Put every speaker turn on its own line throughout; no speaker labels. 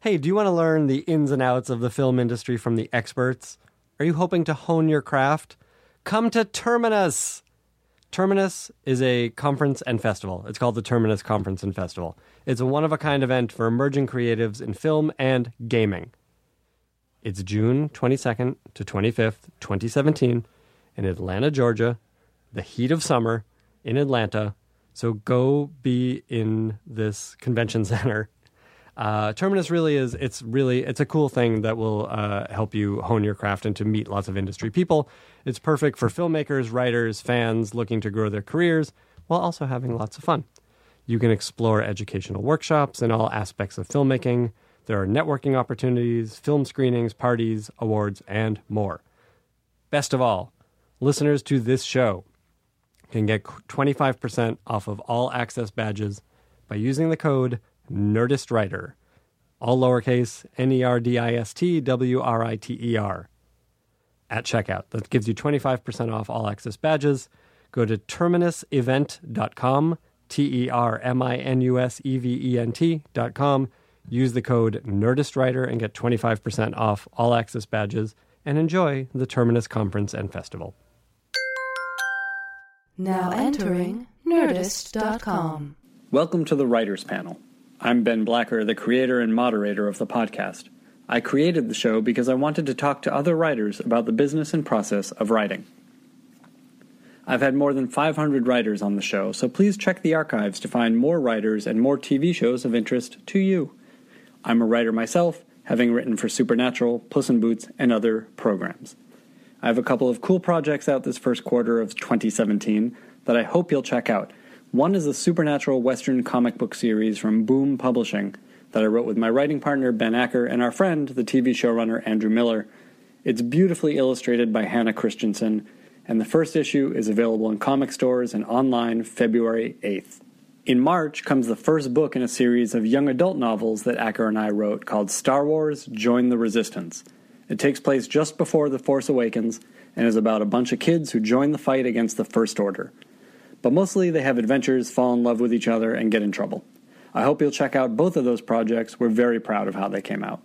hey, do you want to learn the ins and outs of the film industry from the experts? Are you hoping to hone your craft? Come to Terminus. Terminus is a conference and festival. It's called the Terminus Conference and Festival. It's a one of a kind event for emerging creatives in film and gaming. It's June 22nd to 25th, 2017, in Atlanta, Georgia, the heat of summer in Atlanta. So go be in this convention center. Uh, Terminus really is, it's really, it's a cool thing that will uh, help you hone your craft and to meet lots of industry people. It's perfect for filmmakers, writers, fans looking to grow their careers while also having lots of fun. You can explore educational workshops in all aspects of filmmaking. There are networking opportunities, film screenings, parties, awards, and more. Best of all, listeners to this show can get 25% off of all access badges by using the code NERDISTWRITER, all lowercase N E R D I S T W R I T E R, at checkout. That gives you 25% off all access badges. Go to terminusevent.com, T E R M I N U S E V E N T.com. Use the code NERDISTWRITER and get 25% off all access badges and enjoy the Terminus Conference and Festival.
Now entering Nerdist.com.
Welcome to the Writers Panel. I'm Ben Blacker, the creator and moderator of the podcast. I created the show because I wanted to talk to other writers about the business and process of writing. I've had more than 500 writers on the show, so please check the archives to find more writers and more TV shows of interest to you. I'm a writer myself, having written for Supernatural, Puss in Boots, and other programs. I have a couple of cool projects out this first quarter of 2017 that I hope you'll check out. One is a supernatural Western comic book series from Boom Publishing that I wrote with my writing partner Ben Acker and our friend, the TV showrunner Andrew Miller. It's beautifully illustrated by Hannah Christensen, and the first issue is available in comic stores and online February 8th. In March comes the first book in a series of young adult novels that Acker and I wrote called Star Wars Join the Resistance. It takes place just before The Force Awakens and is about a bunch of kids who join the fight against the First Order. But mostly they have adventures, fall in love with each other, and get in trouble. I hope you'll check out both of those projects. We're very proud of how they came out.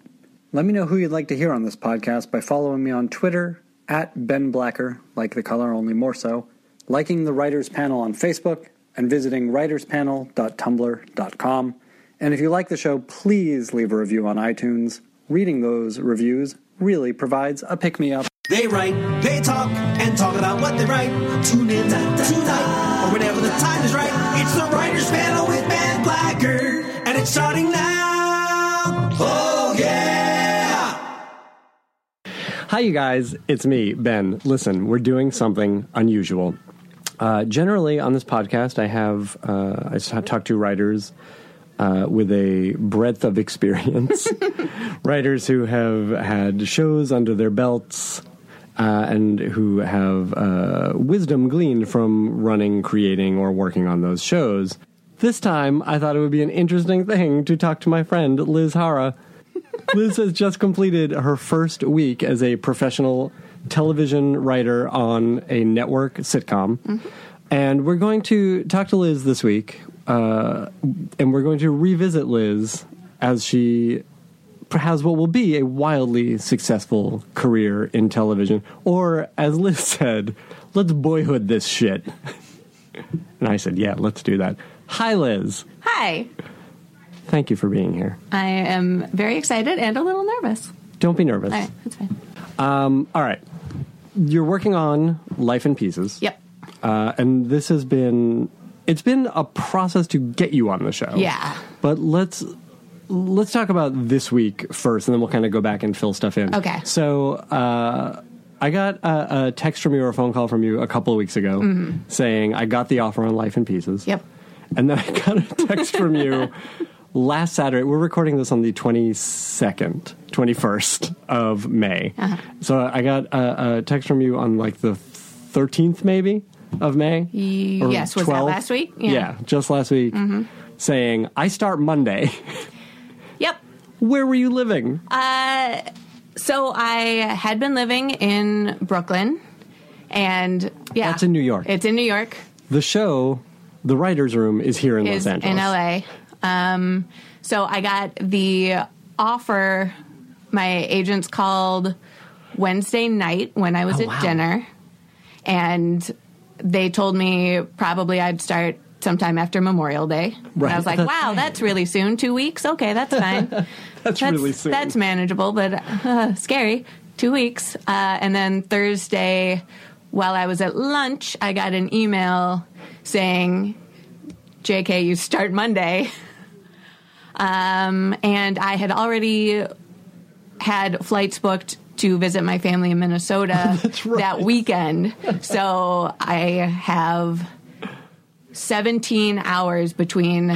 Let me know who you'd like to hear on this podcast by following me on Twitter at Ben Blacker, like the color only more so, liking the Writers Panel on Facebook, and visiting writerspanel.tumblr.com. And if you like the show, please leave a review on iTunes. Reading those reviews really provides a pick me up.
They write, they talk, and talk about what they write. Tune in tonight, or whenever the time is right. It's the Writers Panel with Ben Blacker, and it's starting now. Oh, yeah!
Hi, you guys. It's me, Ben. Listen, we're doing something unusual. Uh, generally, on this podcast, I have uh, I s- talk to writers uh, with a breadth of experience, writers who have had shows under their belts. Uh, and who have uh, wisdom gleaned from running, creating, or working on those shows. This time, I thought it would be an interesting thing to talk to my friend Liz Hara, Liz has just completed her first week as a professional television writer on a network sitcom. And we're going to talk to Liz this week, uh, and we're going to revisit Liz as she has what will be a wildly successful career in television. Or, as Liz said, let's boyhood this shit. and I said, yeah, let's do that. Hi, Liz.
Hi.
Thank you for being here.
I am very excited and a little nervous.
Don't be nervous.
All right, that's fine.
All right. You're working on Life in Pieces.
Yep.
Uh, and this has been it's been a process to get you on the show.
Yeah.
But let's let's talk about this week first, and then we'll kind of go back and fill stuff in.
Okay.
So uh, I got a, a text from you or a phone call from you a couple of weeks ago saying I got the offer on Life in Pieces.
Mm-hmm. Yep.
And then I got a text from you last Saturday. We're recording this on the 22nd, 21st of May.
Uh-huh.
So I got a, a text from you on like the 13th, maybe, of May. Or
yes, was that last week?
Yeah.
Yeah. Mm-hmm.
just last week. Saying, I start Monday.
Yep. Uh,
Where were you living?
So I had been living in Brooklyn, and yeah,
That's in New York.
It's in New York.
the show, The Writer's Room, is here in
is
Los Angeles.
in LA. Um, so I got the offer. My agents called Wednesday night when I was
Oh,
at
wow.
dinner, and they told me probably I'd start sometime after Memorial Day. And I was like, "Wow, that's really soon. Two weeks? Okay, that's fine. that's,
really soon.
That's manageable, but uh, scary. Two weeks." Uh, and then Thursday, while I was at lunch, I got an email saying, "JK, you start Monday." Um, and I had already had flights booked to visit my family in Minnesota that weekend. So I have 17 hours between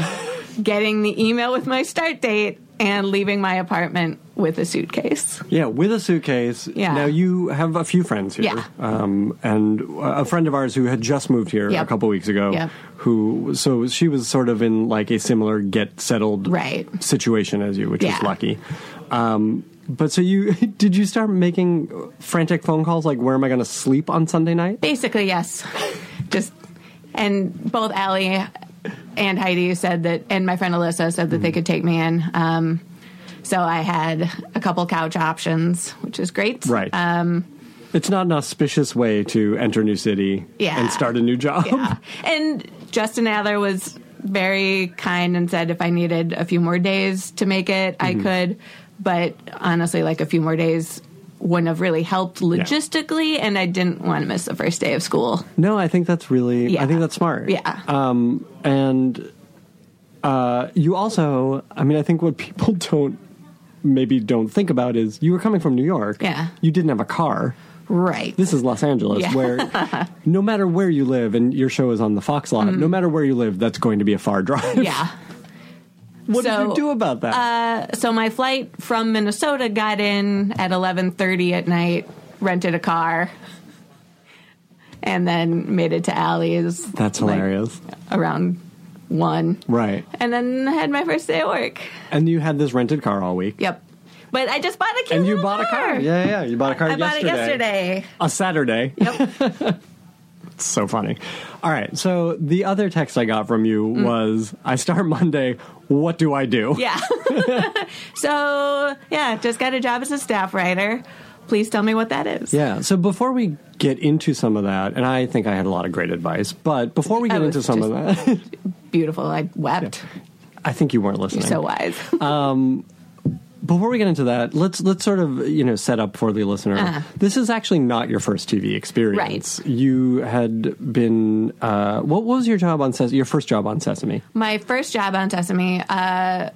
getting the email with my start date and leaving my apartment with a suitcase.
Yeah, with a suitcase.
Yeah.
Now you have a few friends here.
Yeah.
Um, and a friend of ours who had just moved here a
Yep.
couple weeks ago.
Yep.
Who? So she was sort of in like a similar get settled
Right.
situation as you, which is
Yeah.
lucky. Um, but so you did you start making frantic phone calls like where am I going to sleep on Sunday night?
Basically, yes. Just and both Allie and Heidi said that, and my friend Alyssa said that they could take me in. Um, so I had a couple couch options, which is great.
Right.
Um,
It's not an auspicious way to enter a new city
Yeah.
and start a new job.
yeah. And Justin Adler was very kind and said if I needed a few more days to make it,
Mm-hmm.
I could. But honestly, like a few more days wouldn't have really helped logistically, and I didn't want to miss the first day of school.
No, I think that's really. I
Yeah.
think that's smart.
Yeah.
Um, and uh, you also, I mean, I think what people don't maybe don't think about is you were coming from New York.
Yeah.
You didn't have a car.
Right.
This is Los Angeles,
Yeah.
where no matter where you live, and your show is on the Fox lot, no matter where you live, that's going to be a far drive.
Mm. yeah.
what
So, uh,
did you do about that?
so my flight from Minnesota got in at 11:30 at night, rented a car, and then made it to Allie's
that's
like,
hilarious.
around 1
right.
and then had my first day at work.
And you had this rented car all week.
Yep. But I just bought a cute
And you
little
bought a car. Yeah, yeah. You bought a car
I bought it yesterday.
A Saturday.
Yep.
funny. All right. So the other text I got from you
Mm.
was I start Monday. What do I do?
Yeah. so, yeah, just got a job as a staff writer. Please tell me what that is.
Yeah. So before we get into some of that, and I think I had a lot of great advice, but before we
I
get
was
into some of that,
Beautiful. I wept.
I think you weren't listening.
You're so uh, wise.
before we get into that, let's let's sort of you know set up for the listener.
Uh-huh.
This is actually not your first TV experience. You had been uh, what was your job on Ses- your first job on Sesame?
my first job on Sesame, uh,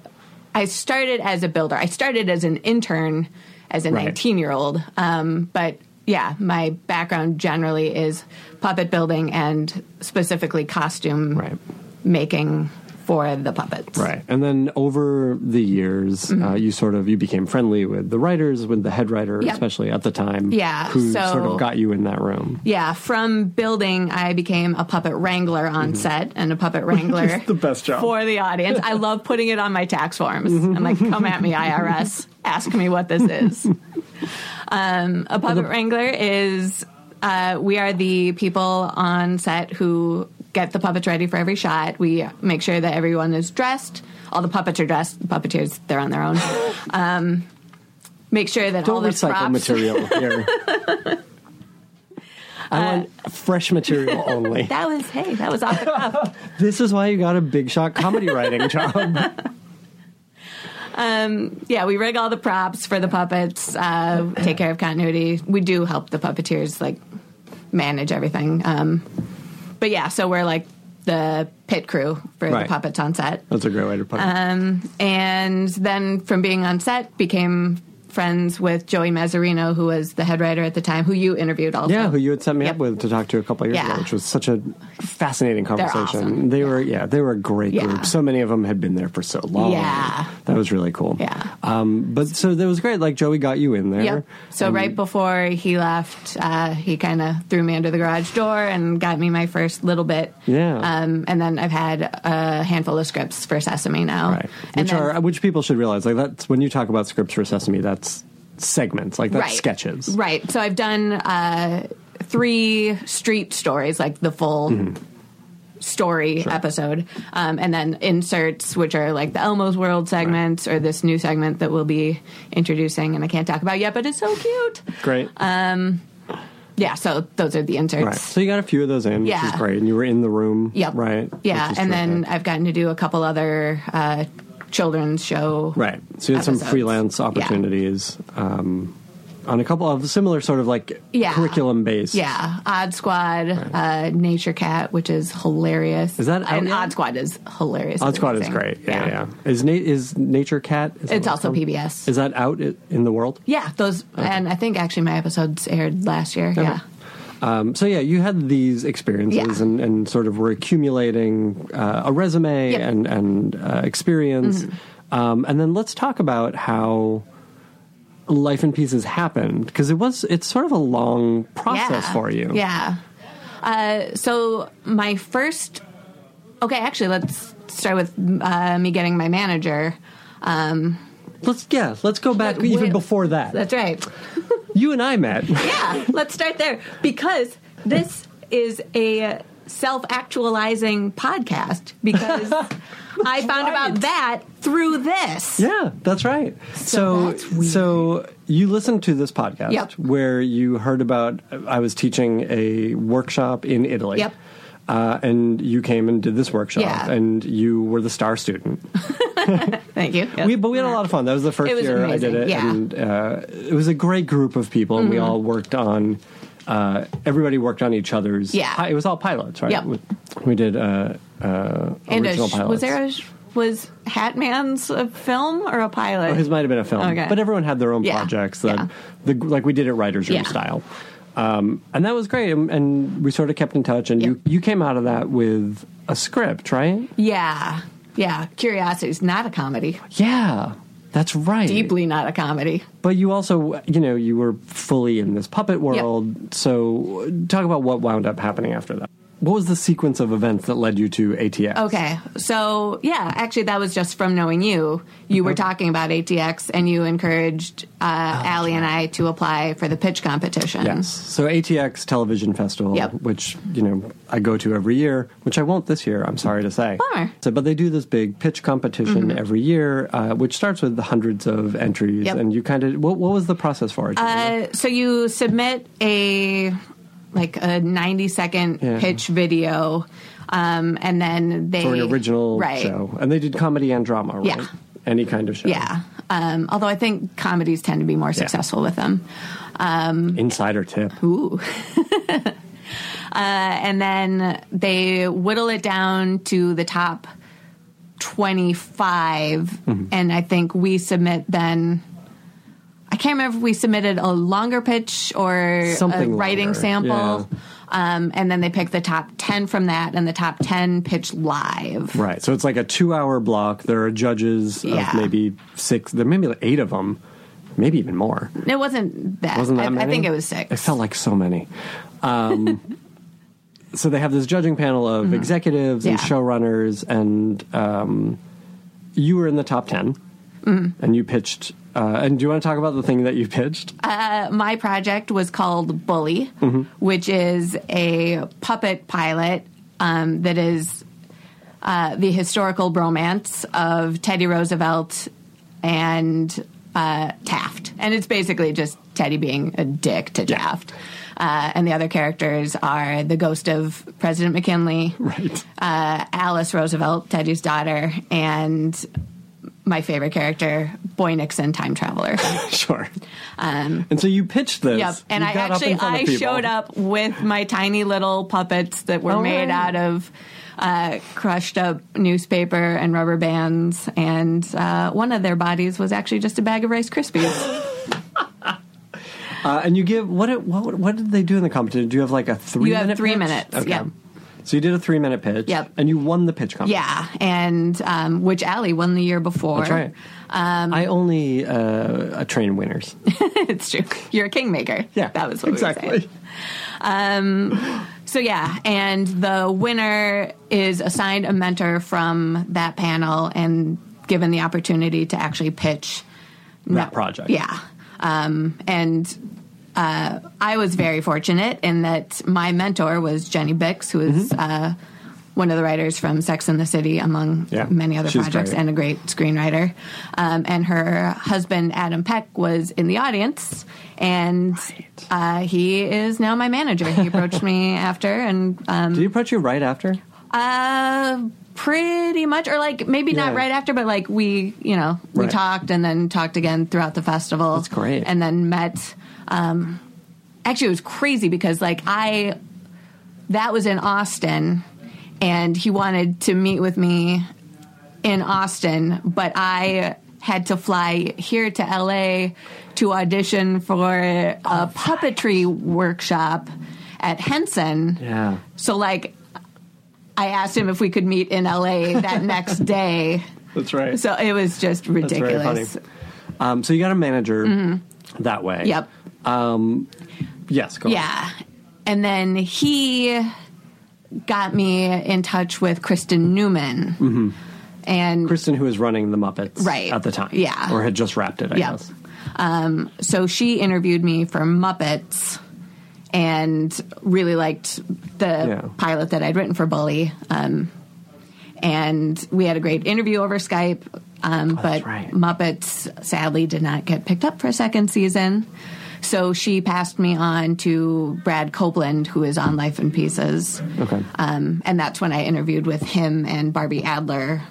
I started as a builder. I started as an intern as a
Right.
19 year old. Um, but yeah, my background generally is puppet building and specifically costume
Right.
making for the puppets.
right and then over the years
Mm-hmm.
uh, you sort of you became friendly with the writers with the head writer
Yep.
especially at the time
Yeah,
who
so-
sort of got you in that room
Yeah, from building, I became a puppet wrangler on set and a puppet wrangler
Mm-hmm. the best job. Mm-hmm.
for the audience. I love putting it on my tax forms. I'm like, come at me, IRS. Ask me what this is. Um, a puppet wrangler is uh, we are the people on set who get the puppets ready for every shot. We make sure that everyone is dressed. All the puppets are dressed. The puppeteers, they're on their own. Um, make sure that all
don't
the
recycle
props.
material here I want fresh material only.
Uh, That was hey, that was off the cuff.
this is why you got a big shot comedy writing job.
yeah, we rig all the props for the puppets, uh, take care of continuity. We do help the puppeteers like manage everything. Um, but yeah, so we're like the pit crew for
Right.
the puppets on set.
That's a great way to put it.
Um, and then from being on set, became friends with Joey Mazzarino, who was the head writer at the time, who you interviewed also.
yeah, Uh, who you had set me up
Yep.
with to talk to a couple years
Yeah.
ago, which was such a fascinating conversation.
awesome.
They were yeah, they were a great
Yeah.
group. So many of them had been there for so long.
Yeah.
that was really cool.
Yeah.
um, but so that was great. Like Joey got you in there.
Yep. So
And-
right before he left, uh, he kind of threw me under the garage door and got me my first little bit.
Yeah.
Um, and then I've had a handful of scripts for Sesame now.
right,
And
which
then-
are uh, which people should realize. Like that's when you talk about scripts for Sesame, that's segments, like that's sketches.
Right. So
Mm-hmm.
I've done uh, three street stories, like the full story episode, um, and then inserts, which are like the Elmo's World segment or this new segment that we'll be introducing, and I can't talk about yet, but it's so cute.
Great.
Uh, Yeah, so those are the inserts.
right. So you got a few of those in, which
Yeah.
is great. And you were in the room.
Yep.
Right.
Yeah,
which is
and then
terrific.
I've gotten to do a couple other uh, children's show.
Right. So you had some
episodes.
freelance
Yeah. opportunities,
opportunities um, on a couple of similar sort of like
Yeah.
curriculum based.
Yeah, Odd Squad, uh, Nature Cat, which is hilarious.
Is that out
and
yet?
Odd Squad is hilarious.
Odd Squad is
amazing.
great. Yeah, yeah. Is Na- is Nature Cat? Is that
It's
what
also
called?
PBS.
Is that out i- in the world?
Yeah, those, and I think actually my episodes aired last year. Yeah,
Um, so yeah, you had these experiences
Yeah.
and, and sort of were accumulating uh, a resume
Yep. Mm-hmm.
and and uh, experience, um, and then let's talk about how life in pieces happened because it was it's sort of a long process
yeah.
for you.
Yeah. Uh, so my first, okay, actually, let's start with uh, me getting my manager.
Let's yeah, let's go back
But
even
wait-
before that.
That's right.
you and I met.
yeah, let's start there because this is a self-actualizing podcast because I found
Right.
about that through this.
Yeah, that's right. So,
that's weird.
so you listened to this podcast
Yep.
where you heard about I was teaching a workshop in Italy.
Yep.
Uh, and you came and did this workshop,
Yeah.
and you were the star student.
Thank you.
We, but we had a lot of fun. That was the first
It was
year I
amazing,
did it,
yeah. Mm-hmm.
and uh, it was a great group of people, and we all worked on. Uh, everybody worked on each other's.
Yeah.
pi- it was all pilots, right?
Yep.
We, we did uh, uh,
and a,
original
sh-
pilots.
was there a sh- was Hatman's a film or a pilot?
Oh, His might have been a film,
Okay.
but everyone had their own
Yeah.
projects that,
Yeah.
the, like we did it writers' room
Yeah.
style, um, and that was great. And, and we sort of kept in touch. And you
Yep.
you came out of that with a script, right?
yeah, yeah. Curiosity's not a comedy.
Yeah, that's right.
Deeply not a comedy.
But you also, you know, you were fully in this puppet world. So talk about what wound up happening after that. What was the sequence of events that led you to ATX?
Okay. So, yeah, actually, that was just from knowing you. You
Oh.
were talking about ATX and you encouraged uh, Allie and I to apply for the pitch competition.
Yes. So ATX Television Festival,
Yep.
which you know I go to every year, which I won't this year. I'm sorry to say.
Bummer. Mm-hmm.
So, but they do this big pitch competition every year, uh, which starts with hundreds of entries,
Yep.
and you kind of what, what was the process for it?
Uh, so you submit a like a 90 second
Yeah.
pitch video um, and then they
for an original
right
show, and they did comedy and drama, right?
Yeah.
Any kind of show.
yeah um, although i think comedies tend to be more successful with them
Insider tip.
Ooh. uh, and then they whittle it down to the top 25.
Mm-hmm.
And I think we submit then. I can't remember if we submitted a longer pitch or
Something
a writing
longer,
sample. Um, and then they pick the top 10 from that and the top 10 pitch live.
Right. So it's like a two-hour block. There are judges
Yeah.
of maybe six. There may be like eight of them, maybe even more.
It wasn't that.
Wasn't that
I,
many?
I think it was six.
It felt like so many. Um, so they have this judging panel of executives and
Mm-hmm. Yeah.
showrunners, and um, you were in the top 10
Mm-hmm.
and you pitched. Uh, and do you want to talk about the thing that you pitched?
Uh, my project was called Bully, which is a puppet pilot um, that is uh, the historical bromance of Teddy Roosevelt and uh, Taft. And it's basically just Teddy being a dick to Taft. Uh, and the other characters are the ghost of President McKinley,
right.
uh, Alice Roosevelt, Teddy's daughter, and my favorite character, Boy Nixon, time traveler.
sure. and so you pitched this.
uh, um, Yep. And
You
I
got up
actually
in front of
I
people.
showed up with my tiny little puppets that were
Oh,
made out
right.
of uh, crushed up newspaper and rubber bands, and uh, one of their bodies was actually just a bag of Rice Krispies.
Uh, and you give what, did- what? What did they do in the competition? Do you have like a three?
have
minute
three
pitch?
minutes,
Okay.
yep.
So you did a three-minute pitch.
Yep.
And you won the pitch competition.
yeah, and um, which Allie won the year before.
That's right.
um,
I only uh, I train winners.
it's true. You're a kingmaker.
Yeah,
that was what
exactly.
We were saying. So yeah, and the winner is assigned a mentor from that panel and given the opportunity to actually pitch
That project.
Yeah. Um, and
Mm-hmm.
uh, I was very fortunate in that my mentor was Jenny Bix, who is uh, one of the writers from Sex and the City, among
Yeah.
many other
She's
projects,
great.
and a great screenwriter. Um, and her husband, Adam Peck, was in the audience, and uh, he is now my manager. He approached me after, and um,
Did he approach you right after?
uh, pretty much, or like maybe not
Yeah.
right after, but like we, you know, we
Right.
talked and then talked again throughout the festival.
That's great.
And then met. Um, actually, it was crazy because like I, that was in Austin, and he wanted to meet with me in Austin, but I had to fly here to LA to audition for a puppetry workshop at Henson.
Yeah.
So like I asked him if we could meet in LA that next day.
That's right.
So it was just ridiculous. Mm-hmm.
Um, so you got a manager that way.
Yep.
Yes. Go on.
Yeah. And then he got me in touch with Kristen Newman. And
Kristen, who was running the Muppets
Right.
at the time.
Yeah.
Or had just wrapped it, I
Yep.
guess.
so she interviewed me for Muppets and really liked the
Yeah.
pilot that I'd written for Bully. Um, and we had a great interview over Skype, um, but
right.
Muppets sadly did not get picked up for a second season. So she passed me on to Brad Copeland, who is on Life in Pieces.
Okay.
Um, and that's when I interviewed with him and Barbie Adler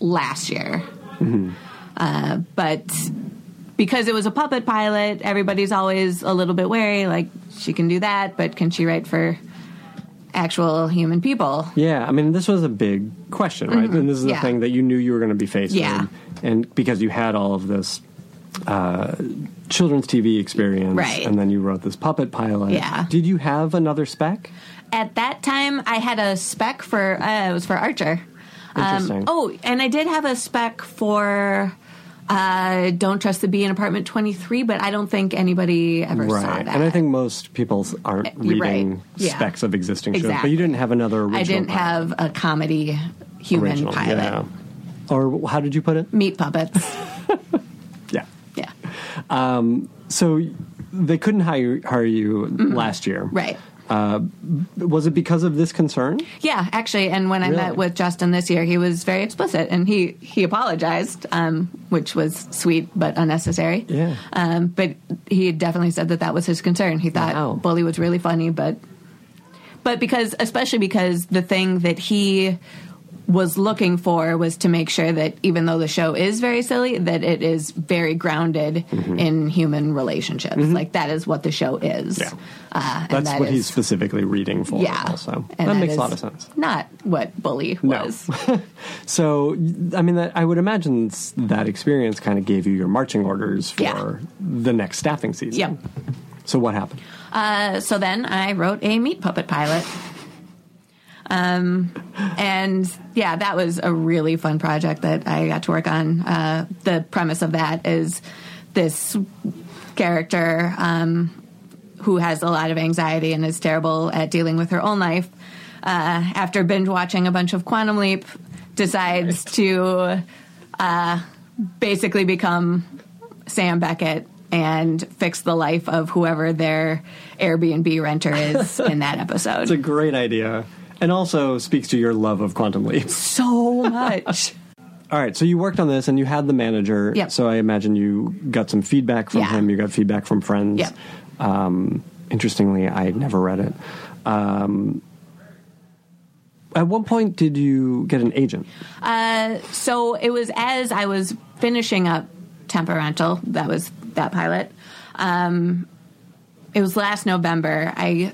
last year.
Mm-hmm.
Uh, but because it was a puppet pilot, everybody's always a little bit wary. Like, she can do that, but can she write for actual human people?
Yeah, I mean, this was a big question, right? And this is
Mm-hmm. yeah.
the thing that you knew you were going to be faced
Yeah.
with. And because you had all of this uh, children's TV experience,
Right.
and then you wrote this puppet pilot.
Yeah.
Did you have another spec?
At that time, I had a spec for uh, it was for Archer.
Interesting.
oh, and I did have a spec for uh, Don't Trust the Bee in Apartment Twenty Three, but I don't think anybody ever saw
Right.
that.
And I think most people s- aren't
you're
reading
right. Yeah.
specs of existing shows, but
Exactly.
you didn't have another original.
I didn't
pilot.
have a comedy human
original,
pilot. Mm.
Yeah. Or how did you put it?
Meat puppets.
Yeah.
yeah.
So they couldn't hire hire you last year.
Right.
Was it because of this concern?
Yeah, actually, and when I
Really?
met with Justin this year, he was very explicit, and he he apologized, um, which was sweet but unnecessary.
Yeah.
Um, but he definitely said that that was his concern. He thought
Wow.
Bully was really funny, but but because especially because the thing that he was looking for was to make sure that even though the show is very silly, that it is very grounded
Mm-hmm.
in human relationships. Like that is what the show is.
Yeah.
Uh, and
That's
that
what
is-
he's specifically reading for.
yeah.
Also,
And
that makes
is
a lot of sense.
Not what bully
No.
was.
So, I mean, that, I would imagine s- that experience kind of gave you your marching orders for
Yeah.
the next staffing season.
Yep.
So what happened?
Uh, so then I wrote a meat puppet pilot. Um, and yeah, that was a really fun project that I got to work on. Uh, the premise of that is this character um, who has a lot of anxiety and is terrible at dealing with her own life. Uh, after binge watching a bunch of Quantum Leap, decides to uh, basically become Sam Beckett and fix the life of whoever their Airbnb renter is in that
It's a
episode.
great idea, and also speaks to your love of quantum leaps.
So much.
All right, so you worked on this, and you had the manager.
Yep.
So I imagine you got some feedback from
Yeah.
him. You got feedback from friends.
Yep.
Um, interestingly, I had never read it. Um, at what point did you get an agent?
so it was as I was finishing up Temperamental, that was that pilot. Um, it was last November. I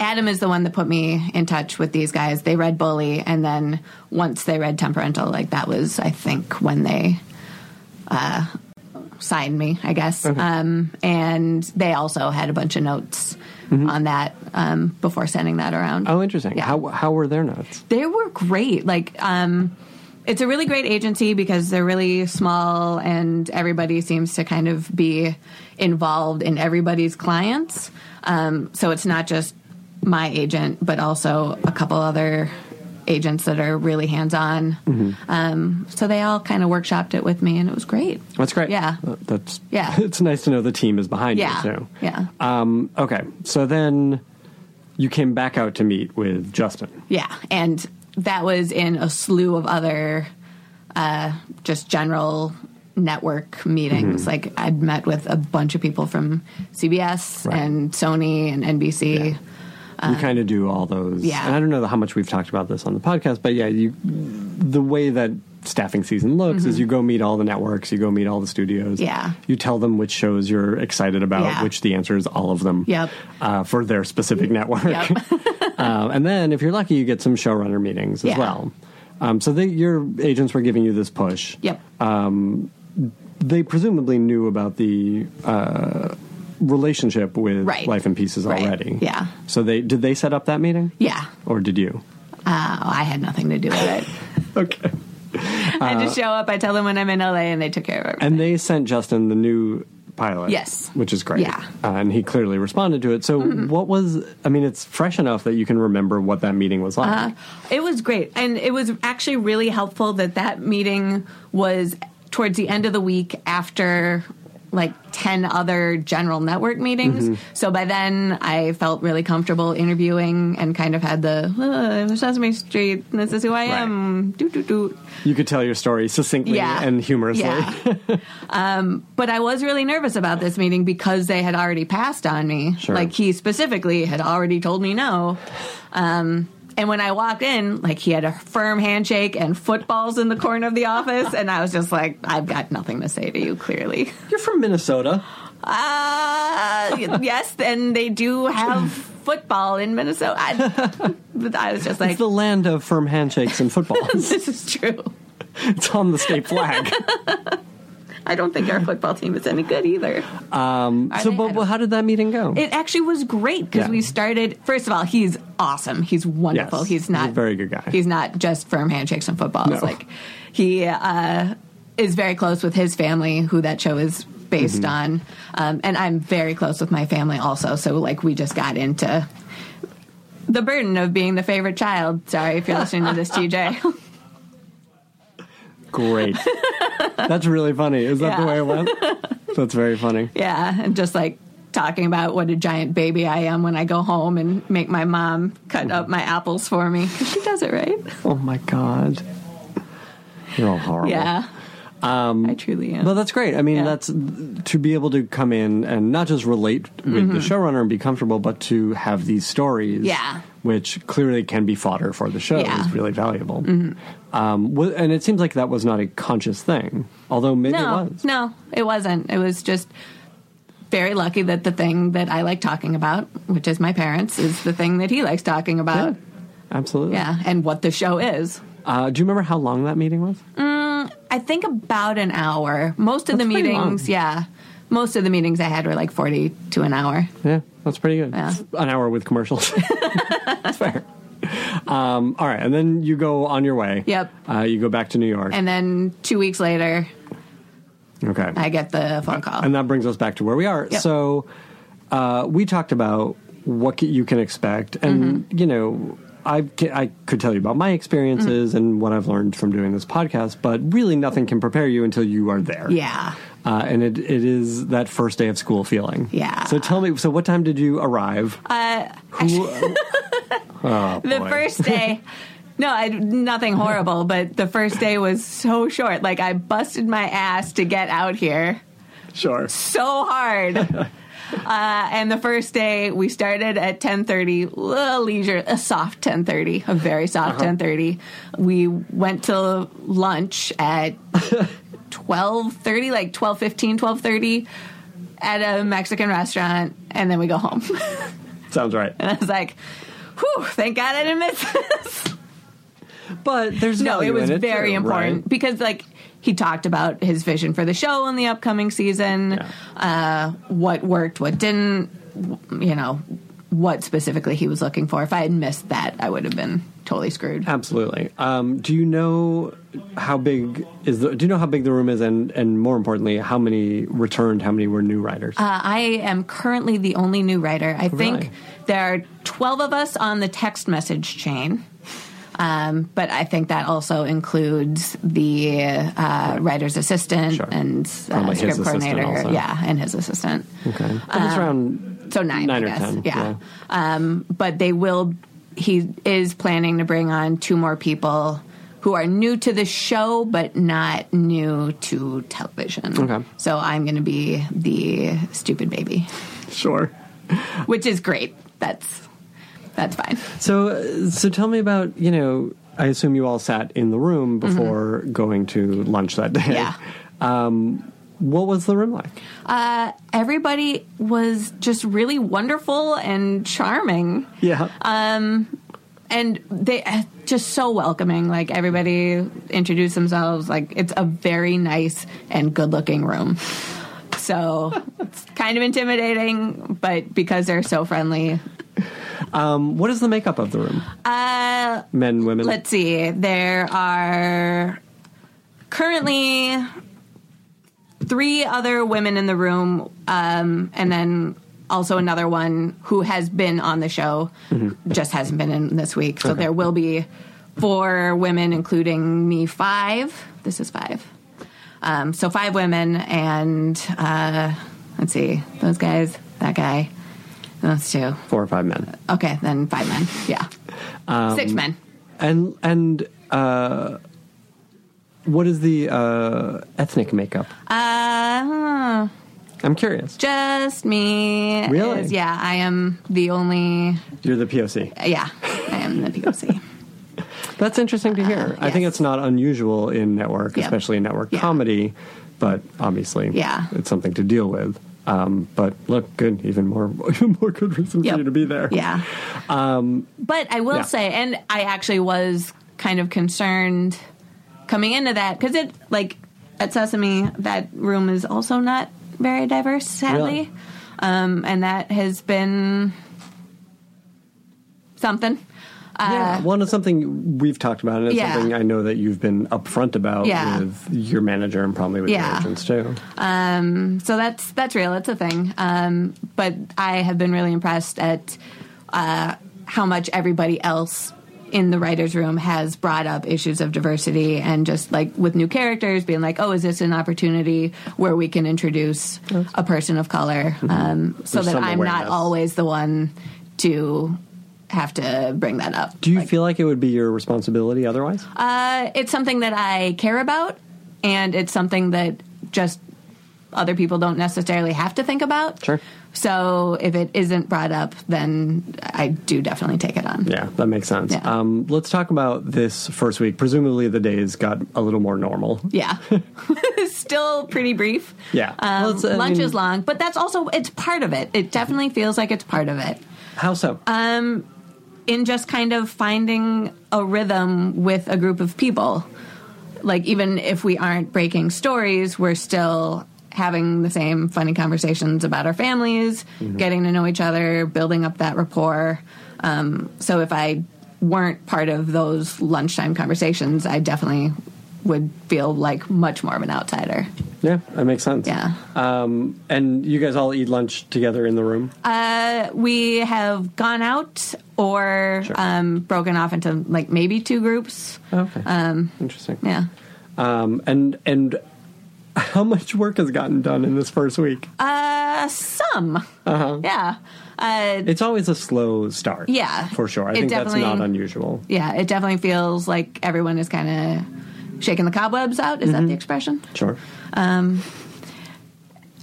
Adam is the one that put me in touch with these guys. They read Bully, and then once they read Temperamental, like that was I think when they uh, signed me, I guess. Um, and they also had a bunch of notes on that um, before sending that around.
Oh, interesting.
Yeah.
How how were their notes?
They were great. Like, um, it's a really great agency because they're really small and everybody seems to kind of be involved in everybody's clients. Um, so it's not just my agent, but also a couple other agents that are really hands on.
Mm-hmm.
Um, so they all kind of workshopped it with me and it was great.
That's great. Uh,
Yeah.
Th- That's
Yeah.
It's nice to know the team is behind
Yeah.
you too.
Yeah.
Um, okay, so then you came back out to meet with Justin.
Yeah, and that was in a slew of other uh, just general network
Mm-hmm.
meetings. Like I'd met with a bunch of people from CBS
Right.
and Sony and NBC.
Yeah. you kind of do all those.
Uh, yeah.
And I don't know how much we've talked about this on the podcast, but yeah, you the way that staffing season looks is you go meet all the networks, you go meet all the studios.
Mm-hmm. Yeah.
You tell them which shows you're excited about,
Yeah.
which the answer is all of them.
Yep.
Uh, for their specific network. um, and then if you're lucky, you get some showrunner meetings as
Yeah.
well. Um, so they, your agents were giving you this push.
Yep.
Uh, They presumably knew about the uh, relationship with
Right.
Life in Pieces
Right.
already.
Yeah.
So they did they set up that meeting?
yeah.
or did you?
Uh, I had nothing to do with it.
Okay.
I
uh,
just show up. I tell them when I'm in LA, and they took care of it.
And they sent Justin the new pilot.
Yes.
Which is great.
Yeah. Mm-hmm.
Uh, and he clearly responded to it. So, what was, I mean, it's fresh enough that you can remember what that meeting was like.
Uh-huh. It was great. And it was actually really helpful that that meeting was towards the end of the week after like 10 other general network meetings. So by then I felt really comfortable interviewing and kind of had the "Oh, Sesame Street, this is who I am. Doo, doo, doo.
You could tell your story succinctly
Yeah.
and humorously.
Yeah. um, but I was really nervous about this meeting because they had already passed on me.
Sure.
Like he specifically had already told me no. Um, and when I walked in, like he had a firm handshake and footballs in the corner of the office, and I was just like, I've got nothing to say to you. Clearly,
You're from Minnesota.
uh, y- yes, and they do have football in Minnesota. I, but I was just like,
It's the land of firm handshakes and football.
this is true.
it's on the state flag.
I don't think our football team is any good either.
Um, so,
they- I
but,
don't-
how did that meeting go?
It actually was great because
Yeah.
we started. First of all, he's awesome. He's wonderful.
Yes,
he's
he's
not
a very good guy.
He's not just firm handshakes and footballs.
No.
Like he uh, is very close with his family, who that show is based
Mm-hmm.
on, um, and I'm very close with my family also. So like we just got into the burden of being the favorite child. Sorry if you're listening to this, TJ.
Great. That's really funny. Is that the
Yeah.
way it went? That's very funny.
yeah, and just like. Talking about what a giant baby I am when I go home and make my mom cut
Mm-hmm.
up my apples for me. She does it right.
Oh my God. You're all horrible.
Yeah. Um, I truly am.
Well, that's great. I mean,
Yeah.
that's to be able to come in and not just relate with
Mm-hmm.
the showrunner and be comfortable, but to have these stories,
Yeah.
which clearly can be fodder for the show,
Yeah. Mm-hmm.
is really valuable. Um, wa- and it seems like that was not a conscious thing, although
no,
maybe it was.
no, it wasn't. It was just very lucky that the thing that I like talking about, which is my parents, is the thing that he likes talking
Yeah,
about.
absolutely.
Yeah, and what the show is.
Uh, do you remember how long that meeting was?
Mm. I think about an hour. Most of
That's
the
pretty
meetings,
long.
yeah. Most of the meetings I had were like 40 to an hour.
Yeah, that's pretty good.
Yeah.
It's An hour with commercials. that's fair. Um, all right, and then you go on your way.
Yep.
Uh, you go back to New York.
And then two weeks later,
okay.
I get the phone call.
And that brings us back to where we are.
Yep.
So uh, we talked about what c- you can expect, and
Mm-hmm.
you know, I ca- I could tell you about my experiences
Mm.
and what I've learned from doing this podcast, but really nothing can prepare you until you are there.
yeah.
Uh, and it, it is that first day of school feeling.
Yeah.
So tell me, so what time did you arrive?
Uh,
Who- oh,
the
boy.
first day no I, nothing horrible but the first day was so short like i busted my ass to get out here
Sure.
so hard uh, and the first day we started at 10.30 a leisure a soft 10.30 a very soft 10.30 we went to lunch at 12.30 like 12.15 12.30 at a mexican restaurant and then we go home
Sounds right.
and i was like whew thank god i didn't miss this
But there's
no,
value
it was
in
very
too,
important
right?
because like he talked about his vision for the show in the upcoming season,
Yeah.
uh, what worked, what didn't, w- you know, what specifically he was looking for. If I had missed that, I would have been totally screwed.
Absolutely. Um, do you know how big is the? Do you know how big the room is, and and more importantly, how many returned, how many were new writers?
Uh, I am currently the only new writer. I
Really?
think there are 12 of us on the text message chain. Um, but I think that also includes the uh, writer's assistant
Sure.
and uh,
Probably his
script
assistant
coordinator.
also.
Yeah, and his assistant.
okay, But it's around
so nine,
Nine
uh, I
or
guess.
10,
yeah. Um, but they will. He is planning to bring on two more people who are new to the show, but not new to television.
Okay.
So I'm going to be the stupid baby,
Sure.
which is great. That's that's fine.
So, uh, so tell me about you know. I assume you all sat in the room before going to lunch that day.
Mm-hmm.
Um,
Yeah.
What was the room like?
Uh, everybody was just really wonderful and charming.
Yeah.
Uh, and they uh, just so welcoming. Like everybody introduced themselves. Like it's a very nice and good-looking room. So it's kind of intimidating, but because they're so friendly,
what is the makeup of the room?
uh,
Men, women.
let's see. There are currently three other women in the room, um, and then also another one who has been on the show, just hasn't been in this week. So there will be four women, including me, five. This is five. Um, so five women, and uh, let's see, those guys, that guy, those two.
Four or five men.
Okay, then five men. Yeah. Six men.
And and uh, what is the uh, ethnic makeup?
Uh,
I'm curious.
just me.
Really?
is- yeah, I am the only.
You're the POC.
Yeah, I am the POC.
That's interesting to hear. I think
yes.
it's not unusual in network,
Yep.
especially in network
Yeah.
comedy, but obviously
Yeah.
it's something to deal with. Um, but look, good, even more, even more good reason
Yep.
for you to be there.
Yeah. but I will
Um, yeah.
say, and I actually was kind of concerned coming into that because it, like, at Sesame, that room is also not very diverse, sadly.
Really?
Um, and that has been something.
yeah. Well, and it's something we've talked about, and it's
Yeah.
something I know that you've been upfront about
Yeah.
with your manager and probably with your
Yeah.
agents too.
Um, so that's that's real. It's a thing. Um, but I have been really impressed at uh, how much everybody else in the writers' room has brought up issues of diversity and just like with new characters being like, oh, is this an opportunity where we can introduce a person of color um, so
Mm-hmm. There's
that
some
I'm not
awareness.
always the one to have to bring that up.
Do you feel like it would be your responsibility otherwise?
Uh, it's something that I care about, and it's something that just other people don't necessarily have to think about.
Sure.
So if it isn't brought up, then I do definitely take it on.
Yeah, that makes sense.
Yeah.
Um, let's talk about this first week. Presumably, the days got a little more normal.
Yeah. Still pretty brief.
Yeah.
Um,
Let's- I
lunch
mean-
is long, but that's also, it's part of it. It definitely feels like it's part of it.
How so?
in just kind of finding a rhythm with a group of people. Like, even if we aren't breaking stories, we're still having the same funny conversations about our families, getting to know each other, building up that rapport. Um, so, if I weren't part of those lunchtime conversations, I definitely would feel like much more of an outsider.
yeah, that makes sense.
Yeah.
Um, and you guys all eat lunch together in the room.
Uh, we have gone out or
Sure.
um, broken off into like maybe two groups.
okay. Um, Interesting.
Yeah.
Um, and and how much work has gotten done in this first week?
Uh, some. Uh-huh. Yeah. Uh,
it's always a slow start.
Yeah.
for sure.
It
I think that's
definitely-
not unusual.
yeah, it definitely feels like everyone is kind of shaking the cobwebs out. Is that the expression?
Sure.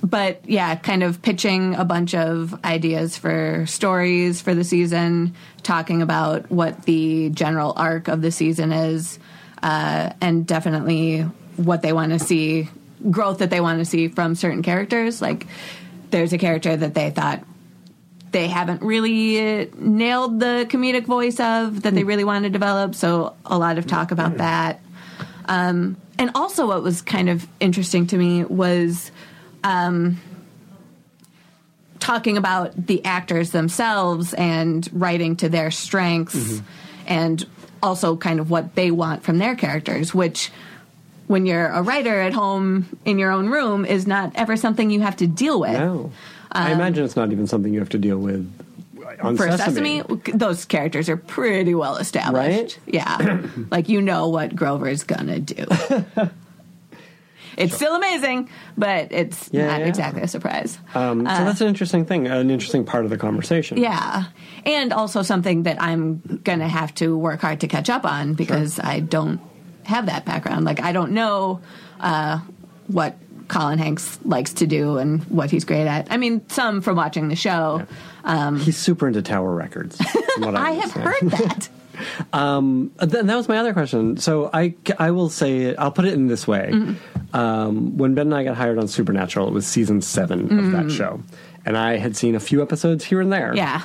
But yeah, kind of pitching a bunch of ideas for stories for the season, talking about what the general arc of the season is, uh, and definitely what they want to see, growth that they want to see from certain characters. Like, there's a character that they thought they haven't really uh, nailed the comedic voice of that they really want to develop. So a lot of talk about that. Um, and also, what was kind of interesting to me was um, talking about the actors themselves and writing to their strengths and also kind of what they want from their characters, which when you're a writer at home in your own room is not ever something you have to deal with.
No, I imagine it's not even something you have to deal with on
um, for Sesame, those characters are pretty well established.
Right?
Yeah. like you know what Grover's gonna do. It's still amazing, but it's
Yeah,
not
yeah.
exactly a surprise.
Um, so that's an interesting thing, an interesting part of the conversation.
Uh, Yeah. And also something that I'm going to have to work hard to catch up on because I don't have that background. Like, I don't know uh, what Colin Hanks likes to do and what he's great at. I mean, some from watching the show.
He's super into tower records. from what
I have
understand.
heard that.
Uh, th- that was my other question. So I, c- I will say it, I'll put it in this way.
Mm-hmm.
Um, when Ben and I got hired on Supernatural, it was season 7 of that show, and I had seen a few episodes here and there.
Mm. Yeah.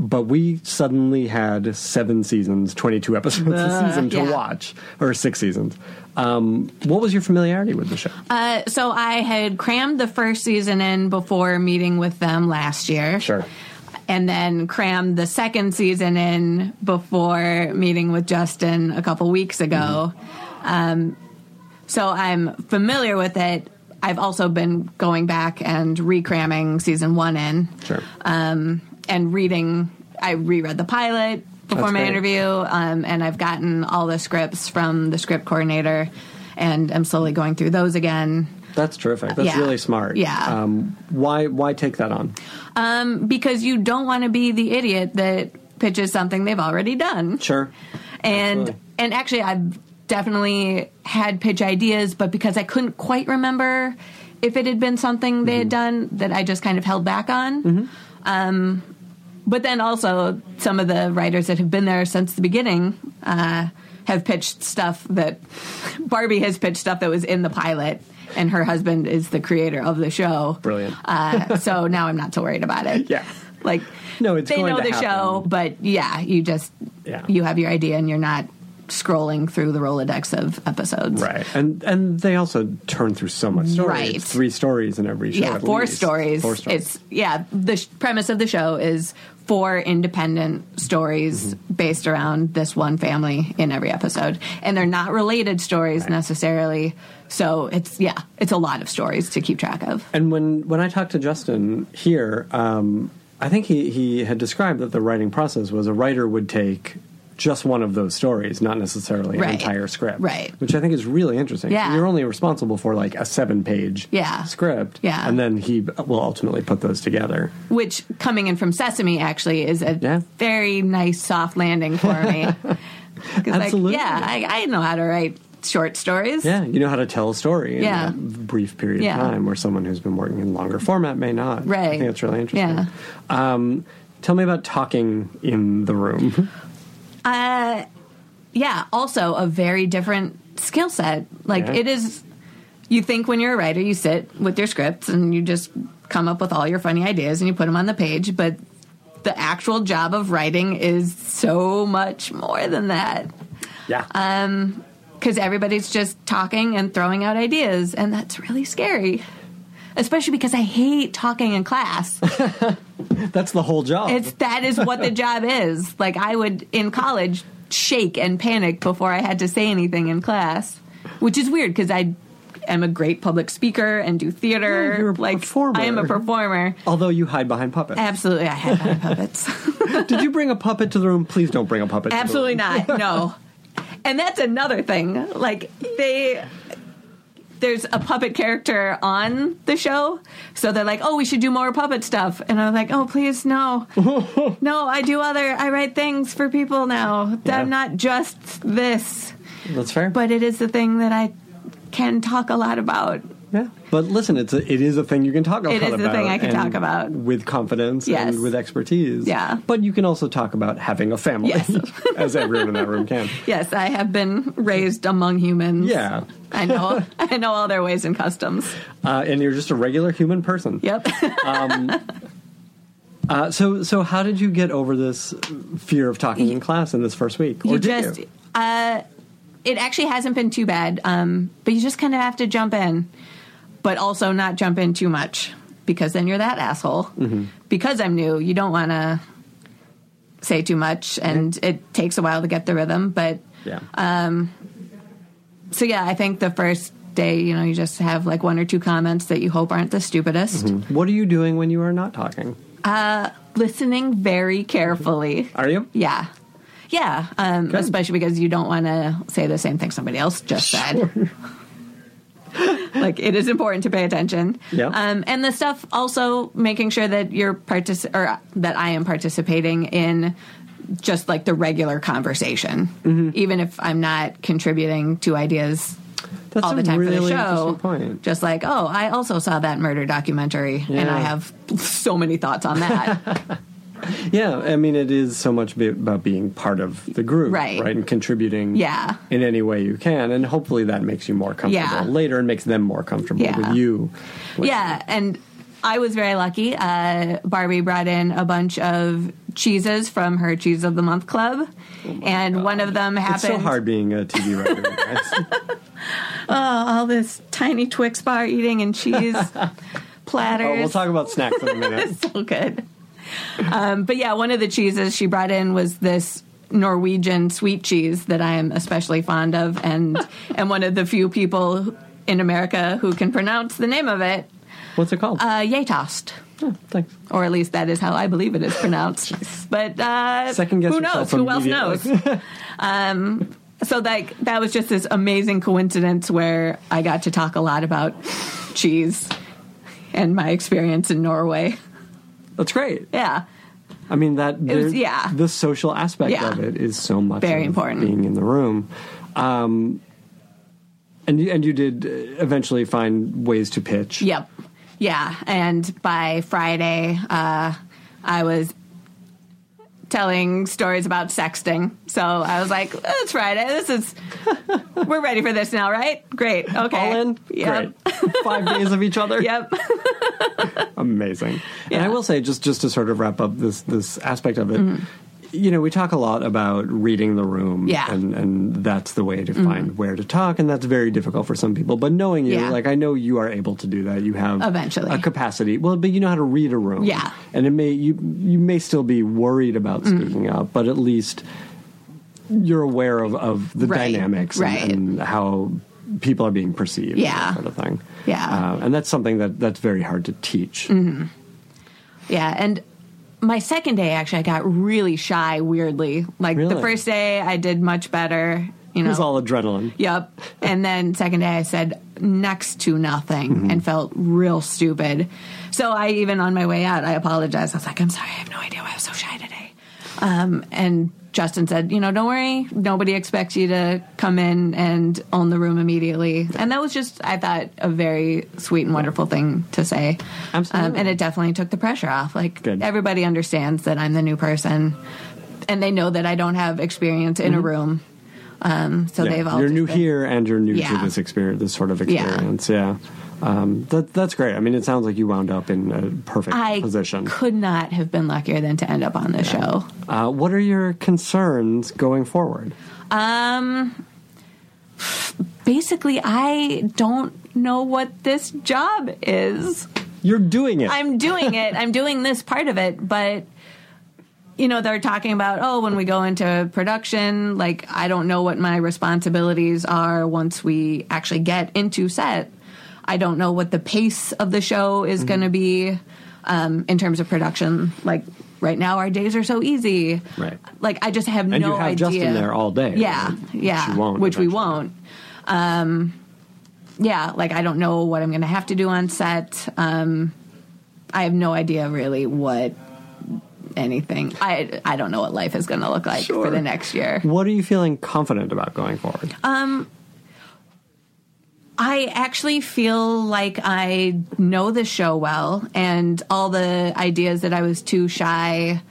But we suddenly had seven seasons, twenty-two episodes a season to
Uh, yeah.
watch, or six seasons. Um, what was your familiarity with the show?
Uh, so I had crammed the first season in before meeting with them last year.
sure.
and then crammed the second season in before meeting with Justin a couple weeks ago.
Mm-hmm.
Um, so I'm familiar with it. I've also been going back and recramming season one in
Sure.
um, and reading. I reread the pilot before
That's
my
great.
interview, um, and I've gotten all the scripts from the script coordinator, and I'm slowly going through those again.
That's terrific. That's
Yeah.
really smart.
Yeah.
Um, why why take that on?
because you don't want to be the idiot that pitches something they've already done.
Sure.
And
Absolutely.
and actually I've definitely had pitch ideas, but because I couldn't quite remember if it had been something they
Mm-hmm.
had done that I just kind of held back on. Um but then also some of the writers that have been there since the beginning uh, have pitched stuff that Barbie has pitched stuff that was in the pilot, and her husband is the creator of the show.
Brilliant.
Uh, so now I'm not so worried about it.
Yeah.
Like
No, it's
they
going
know
to
the show,
happen.
but yeah, you just
Yeah.
you have your idea and you're not scrolling through the Rolodex of episodes.
Right. And and they also turn through so much story.
Right.
It's three stories in every show.
Yeah,
at
four
least.
stories.
Four stories.
It's yeah, the sh- premise of the show is four independent stories
Mm-hmm.
based around this one family in every episode. And they're not related stories necessarily. So it's yeah, it's a lot of stories to keep track of.
and when when I talked to Justin here, um, I think he he had described that the writing process was a writer would take just one of those stories, not necessarily an
Right.
entire script.
Right.
Which I think is really interesting.
Yeah.
You're only responsible for like a seven page
Yeah.
script.
Yeah.
And then he will ultimately put those together.
which coming in from Sesame actually is a
Yeah.
very nice soft landing for me. 'Cause,
Absolutely.
Like, yeah, I, I know how to write short stories.
Yeah, you know how to tell a story
Yeah.
in a brief period
Yeah.
of time, where someone who's been working in longer format may not. I
Right.
think that's really interesting.
Yeah.
Um, tell me about talking in the room.
Uh, yeah, also a very different skill set. Like
Yeah.
it is, you think when you're a writer, you sit with your scripts and you just come up with all your funny ideas and you put them on the page, but the actual job of writing is so much more than that.
yeah.
Uh, because everybody's just talking and throwing out ideas, and that's really scary. Especially because I hate talking in class.
that's the whole job.
It's that is what the job is. Like I would in college shake and panic before I had to say anything in class, which is weird because I am a great public speaker and do theater.
Yeah, you're a
like
performer.
I am a performer.
Although you hide behind puppets.
Absolutely, I have my puppets.
Did you bring a puppet to the room? Please don't bring a puppet.
Absolutely
to the
not.
room.
No. And that's another thing. Like they there's a puppet character on the show. So they're like, "Oh, we should do more puppet stuff." And I'm like, "Oh, please no." no, I do other I write things for people now.
Yeah.
I'm not just this,
That's fair.
but it is the thing that I can talk a lot about.
yeah. But listen, it's a, it is a thing you can talk about.
is the thing I can
and
talk about.
with confidence
Yes.
and with expertise.
Yeah.
But you can also talk about having a family,
Yes.
as everyone in that room can.
Yes, I have been raised among humans.
Yeah.
I know I know all their ways and customs.
Uh, and you're just a regular human person.
Yep.
Uh, so, so how did you get over this fear of talking in class in this first week? Or
you
did
just
you?
uh it actually hasn't been too bad um but you just kind of have to jump in but also not jump in too much because then you're that asshole
Mm-hmm.
because i'm new you don't want to say too much and it takes a while to get the rhythm but
yeah.
so yeah i think the first day you know you just have like one or two comments that you hope aren't the stupidest
what are you doing when you are not talking?
listening very carefully
Are you?
yeah yeah um, especially because you don't want to say the same thing somebody else just said like it is important to pay attention.
Yeah.
Um, and the stuff also making sure that you're partic- or that I am participating in just like the regular conversation,
Mm-hmm.
even if I'm not contributing to ideas
That's
all
a
the time for the
really
show.
interesting point.
Just like, oh, I also saw that murder documentary, and I
Yeah.
have so many thoughts on that.
Yeah, I mean, it is so much be- about being part of the group,
Right.
Right, and contributing,
Yeah.
in any way you can, and hopefully that makes you more comfortable
Yeah.
later and makes them more comfortable
Yeah.
with you. Like,
yeah, and I was very lucky. Uh, Barbie brought in a bunch of cheeses from her Cheese of the Month Club, and one of them happened.
Oh it's so hard being a TV writer. Oh, guys.
All this tiny Twix bar eating and cheese platters.
oh, we'll talk about snacks in a minute.
so good. Um, but yeah, one of the cheeses she brought in was this Norwegian sweet cheese that I am especially fond of, and and one of the few people in America who can pronounce the name of it,
What's it called?
uh, Yetost,
Oh, thanks.
or at least that is how I believe it is pronounced. but uh,
Second guess
who knows?
yourself
Who else knows?
immediately.
So like that was just this amazing coincidence where I got to talk a lot about cheese and my experience in Norway.
That's great.
Yeah.
I mean that
It was-
there-
yeah.
the social aspect
Yeah.
of it is so much
Very
of
important.
being in the room. Um, and you, and you did uh, eventually find ways to pitch.
Yep. Yeah. And by Friday, uh, I was telling stories about sexting. So I was like, "Oh, it's Friday. This is, we're ready for this now, right? Great. Okay.
All in?
Yep.
Great. Five days of each other.
Yep.
Amazing. And I will say, just just to sort of wrap up this this aspect of it,
Mm-hmm.
you know, we talk a lot about reading the room,
Yeah. Mm-hmm.
and and that's the way to find where to talk, and that's very difficult for some people. But knowing you,
Yeah.
like I know you are able to do that. You have
Eventually.
a capacity. Well, but you know how to read a room,
Yeah. Mm-hmm.
And it may you you may still be worried about speaking up, but at least you're aware of of the
Right.
dynamics and-
Right.
and how people are being perceived, and
Yeah.
that sort of thing.
Yeah. Mm-hmm.
Uh, and that's something that that's very hard to teach.
Yeah, and my second day actually I got really shy weirdly. Like the
Really?
first day I did much better, you know.
It was all adrenaline.
Yep. And then second day I said next to nothing
Mm-hmm.
and felt real stupid. So I even on my way out I apologized. I was like, "I'm sorry. I have no idea why I was so shy today." Um and Justin said, "You know, don't worry. Nobody expects you to come in and own the room immediately." And that was just I thought a very sweet and wonderful thing to say.
Absolutely.
Um, and it definitely took the pressure off. Like
Good.
everybody understands that I'm the new person, and they know that I don't have experience in a room. Um, so
Mm-hmm. Yeah.
they've all
you're
just
new
been-
here and you're new
Yeah.
to this experience, this sort of
Yeah.
experience. Yeah, Um, that that's great. I mean, it sounds like you wound up in a perfect
I
position.
could not have been luckier than to end up on this show.
Uh, what are your concerns going forward?
Um, Basically, I don't know what this job is.
You're doing it.
I'm doing it. I'm doing this part of it, but you know, they're talking about, oh, when we go into production, like I don't know what my responsibilities are once we actually get into set. I don't know what the pace of the show is
Mm-hmm.
going to be um, in terms of production. Like right now, our days are so easy.
Right.
Like I just have
and
no
you have
idea.
Justin there all day.
Yeah,
right?
yeah,
Which, you won't
which we
eventually.
won't. Um, yeah, like I don't know what I'm going to have to do on set. Um, I have no idea really what anything. I I don't know what life is going to look like for
Sure.
the next year.
What are you feeling confident about going forward?
Uh, I actually feel like I know the show well, and all the ideas that I was too shy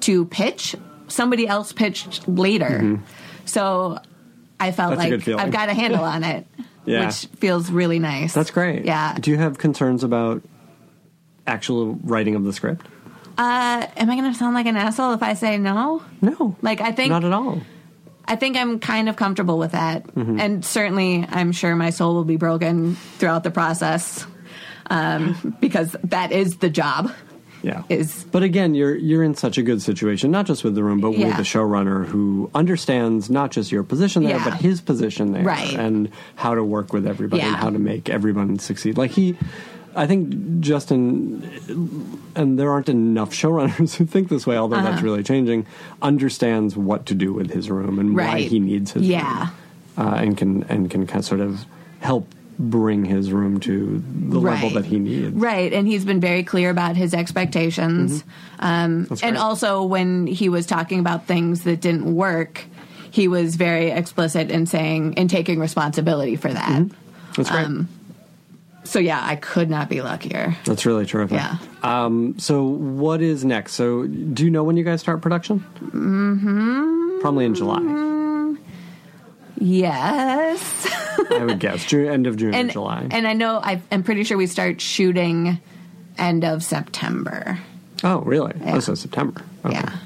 to pitch, somebody else pitched later. So I felt
Mm-hmm. That's a good
like
feeling.
I've got a handle on it,
Yeah.
which feels really nice.
That's great.
Yeah.
Do you have concerns about actual writing of the script?
Uh, am I going to sound like an asshole if I say no?
No.
Like I think
not at all.
I think I'm kind of comfortable with that,
Mm-hmm.
and certainly I'm sure my soul will be broken throughout the process um, because that is the job.
yeah
is-
but again you're you're in such a good situation not just with the room but
Yeah.
with the showrunner who understands not just your position there
Yeah.
but his position there
Right.
and how to work with everybody and
Yeah.
how to make everyone succeed like he I think Justin, and there aren't enough showrunners who think this way, although
Uh-huh.
that's really changing, understands what to do with his room and why
Right.
he needs his
Yeah.
room, uh, and can and can kind of sort of help bring his room to the level
Right.
that he needs.
Right, and he's been very clear about his expectations. Um, and
Mm-hmm. great.
also, when he was talking about things that didn't work, he was very explicit in saying in taking responsibility for that.
That's great.
Um, So yeah, I could not be luckier.
That's really terrific.
Yeah.
Um, so what is next? So do you know when you guys start production? Mm-hmm.
Mm-hmm.
Probably in July,
Yes,
I would guess. June, end of June
and
or July.
and I know I, I'm pretty sure we start shooting end of September.
oh, really?
Yeah.
Oh, so September. Okay.
Yeah,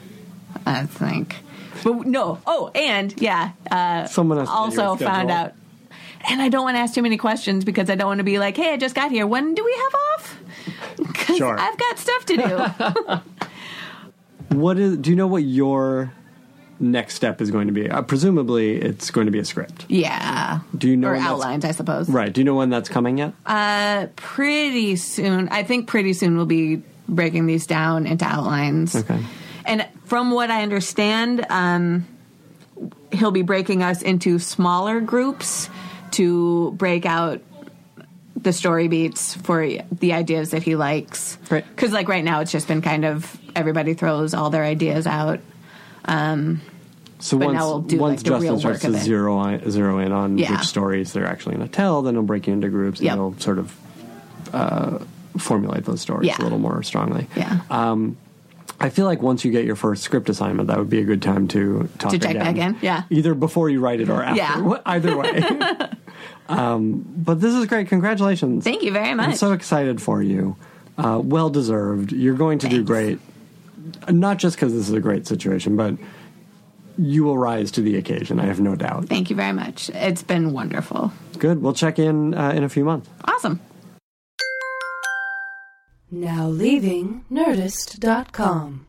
I think. But no. Oh, and yeah, uh,
Someone else
also found out. And I don't want to ask too many questions because I don't want to be like, "Hey, I just got here. When do we have off?" Because
Sure.
I've got stuff to do.
What is? Do you know what your next step is going to be? Uh, presumably, it's going to be a script.
yeah.
Do you know
or
when that's-
outlines? I suppose.
Right. Do you know when that's coming yet?
Uh, pretty soon. I think pretty soon we'll be breaking these down into outlines.
Okay.
And from what I understand, um, he'll be breaking us into smaller groups to break out the story beats for the ideas that he likes.
Right.
Because like right now, it's just been kind of everybody throws all their ideas out.
So
But
once,
now we'll do,
once
like, the
Justin
real
starts
work
to
of it.
zero, in, zero in on
Yeah.
which stories they're actually going to tell, then he'll break you into groups
Yep.
and he'll sort of uh, formulate those stories
Yeah.
a little more strongly.
Yeah.
Uh, I feel like once you get your first script assignment, that would be a good time to talk
To check
again.
back in, yeah.
Either before you write it or after.
Yeah.
Wh- Either way. um, but this is great. Congratulations.
Thank you very
I'm
much.
so excited for you. Uh, well deserved. You're going to do
Thanks.
great. Not just because this is a great situation, but you will rise to the occasion. I have no doubt.
Thank you very much. It's been wonderful.
Good. We'll check in uh, in a few months.
Awesome.
Now leaving Nerdist.com.